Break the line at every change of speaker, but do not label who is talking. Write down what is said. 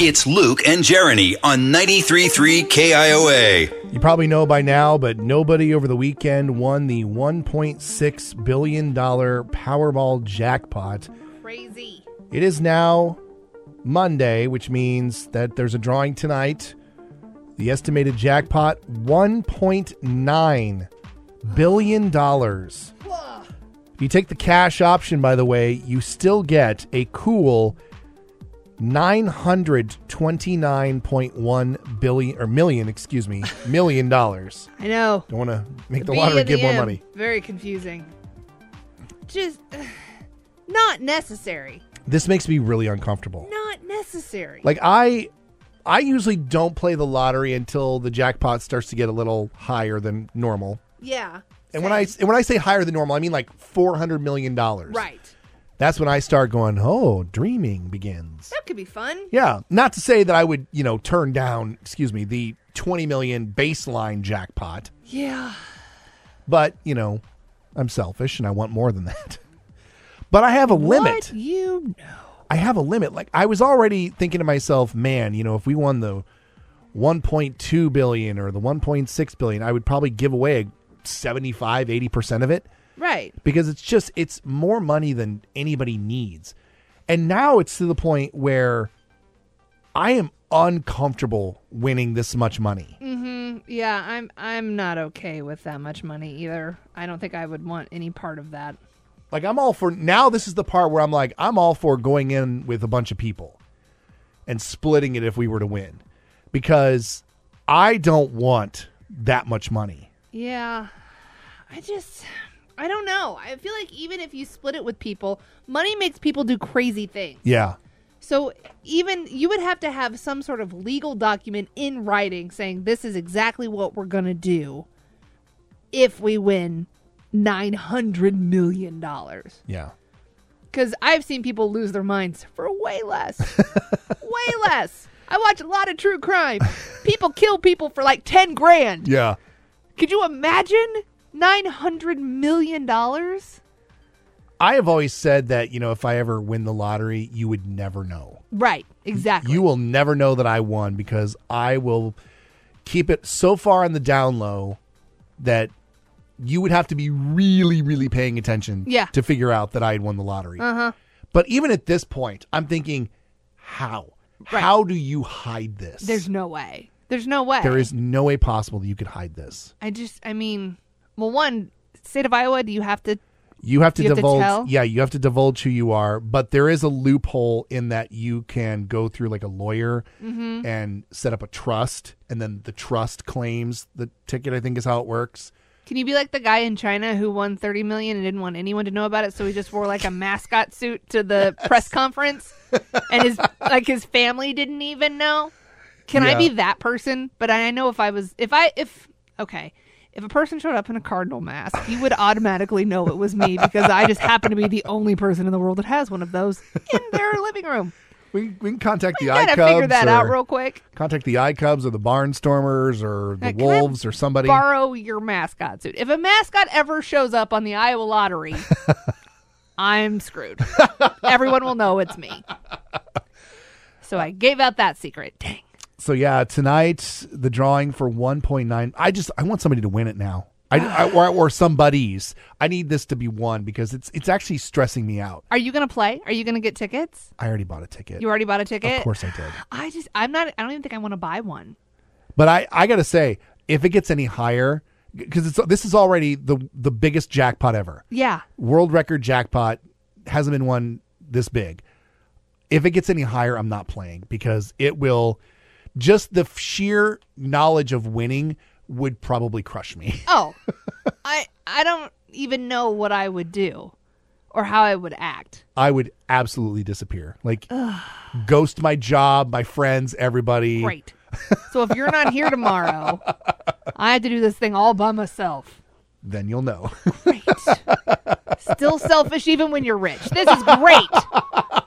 It's Luke and Jeremy on 93.3 KIOA.
You probably know by now, but nobody over the weekend won the $1.6 billion Powerball jackpot.
Crazy.
It is now Monday, which means that there's a drawing tonight. The estimated jackpot $1.9 billion. dollars. If you take the cash option, by the way, you still get a cool 929.1 billion or million, excuse me, million dollars.
I know.
Don't want to make the
B
lottery
and the
give more
M.
money.
Very confusing. Just not necessary.
This makes me really uncomfortable.
Not necessary.
Like I I usually don't play the lottery until the jackpot starts to get a little higher than normal.
yeah.
And when I
same.
and when I say higher than normal, I mean like 400 million dollars.
right,
That's when I start going, "Oh, dreaming begins."
that could be fun.
Yeah, not to say that I would, you know, turn down, excuse me, the 20 million baseline jackpot,
Yeah.
but, you know, I'm selfish and I want more than that. But I have a limit.
What you know?
I have a limit. Like I was already thinking to myself, man, you know, if we won the 1.2 billion or the 1.6 billion, I would probably give away 75, 80% of it
Right.
because it's just it's more money than anybody needs. And now it's to the point where I am uncomfortable winning this much money.
Yeah. I'm. I'm not okay with that much money either. I don't think I would want any part of that.
Like I'm all for now this is the part where I'm like I'm all for going in with a bunch of people and splitting it if we were to win because I don't want that much money.
Yeah. I just I don't know. I feel like even if you split it with people, money makes people do crazy things.
Yeah.
So even you would have to have some sort of legal document in writing saying this is exactly what we're going to do if we win 900 million dollars.
Yeah.
Cuz I've seen people lose their minds for way less. way less. I watch a lot of true crime. People kill people for like 10 grand.
Yeah.
Could you imagine nine hundred million dollars?
I have always said that, you know, if I ever win the lottery, you would never know.
Right, exactly.
You will never know that I won because I will keep it so far on the down low that you would have to be really, really paying attention
Yeah.
to figure out that I had won the lottery. Uh-huh. But even at this point, I'm thinking, how?
Right.
How do you hide this?
There's no way. There's no way.
there is no way possible that you could hide this.
I just. I mean, well, one state of Iowa. Do you have to?
You have to
You have to
divulge.
tell?
Yeah, you have to divulge who you are, but there is a loophole in that you can go through like a lawyer
Mm-hmm.
and set up a trust, and then the trust claims the ticket. I think is how it works.
Can you be like the guy in China who won thirty million and didn't want anyone to know about it, so he just wore like a mascot suit to the press conference, and his like his family didn't even know. Can I
Yeah.
be that person? But I I know if I was, if I, if okay, if a person showed up in a cardinal mask, you would automatically know it was me because I just happen to be the only person in the world that has one of those in their living room.
We, we can contact the
Gotta
iCubs
figure that
or
out real quick.
contact the iCubs or the Barnstormers or the
Uh, can I
Wolves or somebody.
Borrow your mascot suit. If a mascot ever shows up on the Iowa lottery, I'm screwed. Everyone will know it's me. So I gave out that secret. Dang.
so yeah, tonight the drawing for one point nine. I just I want somebody to win it now. I, I or, or somebody's. I need this to be won because it's it's actually stressing me out.
Are you gonna play? Are you gonna get tickets?
I already bought a ticket.
You already bought a ticket?
of course I did.
I just I'm not I don't even think I want to buy one.
But I, I gotta say, if it gets any higher, because it's this is already the the biggest jackpot ever.
Yeah.
World record jackpot hasn't been won this big. If it gets any higher, I'm not playing because it will. Just the sheer knowledge of winning would probably crush me.
Oh. I I don't even know what I would do or how I would act.
I would absolutely disappear, like ghost my job, my friends, everybody.
Great. So if you're not here tomorrow, I have to do this thing all by myself.
Then you'll know.
Great. Still selfish even when you're rich. This is great.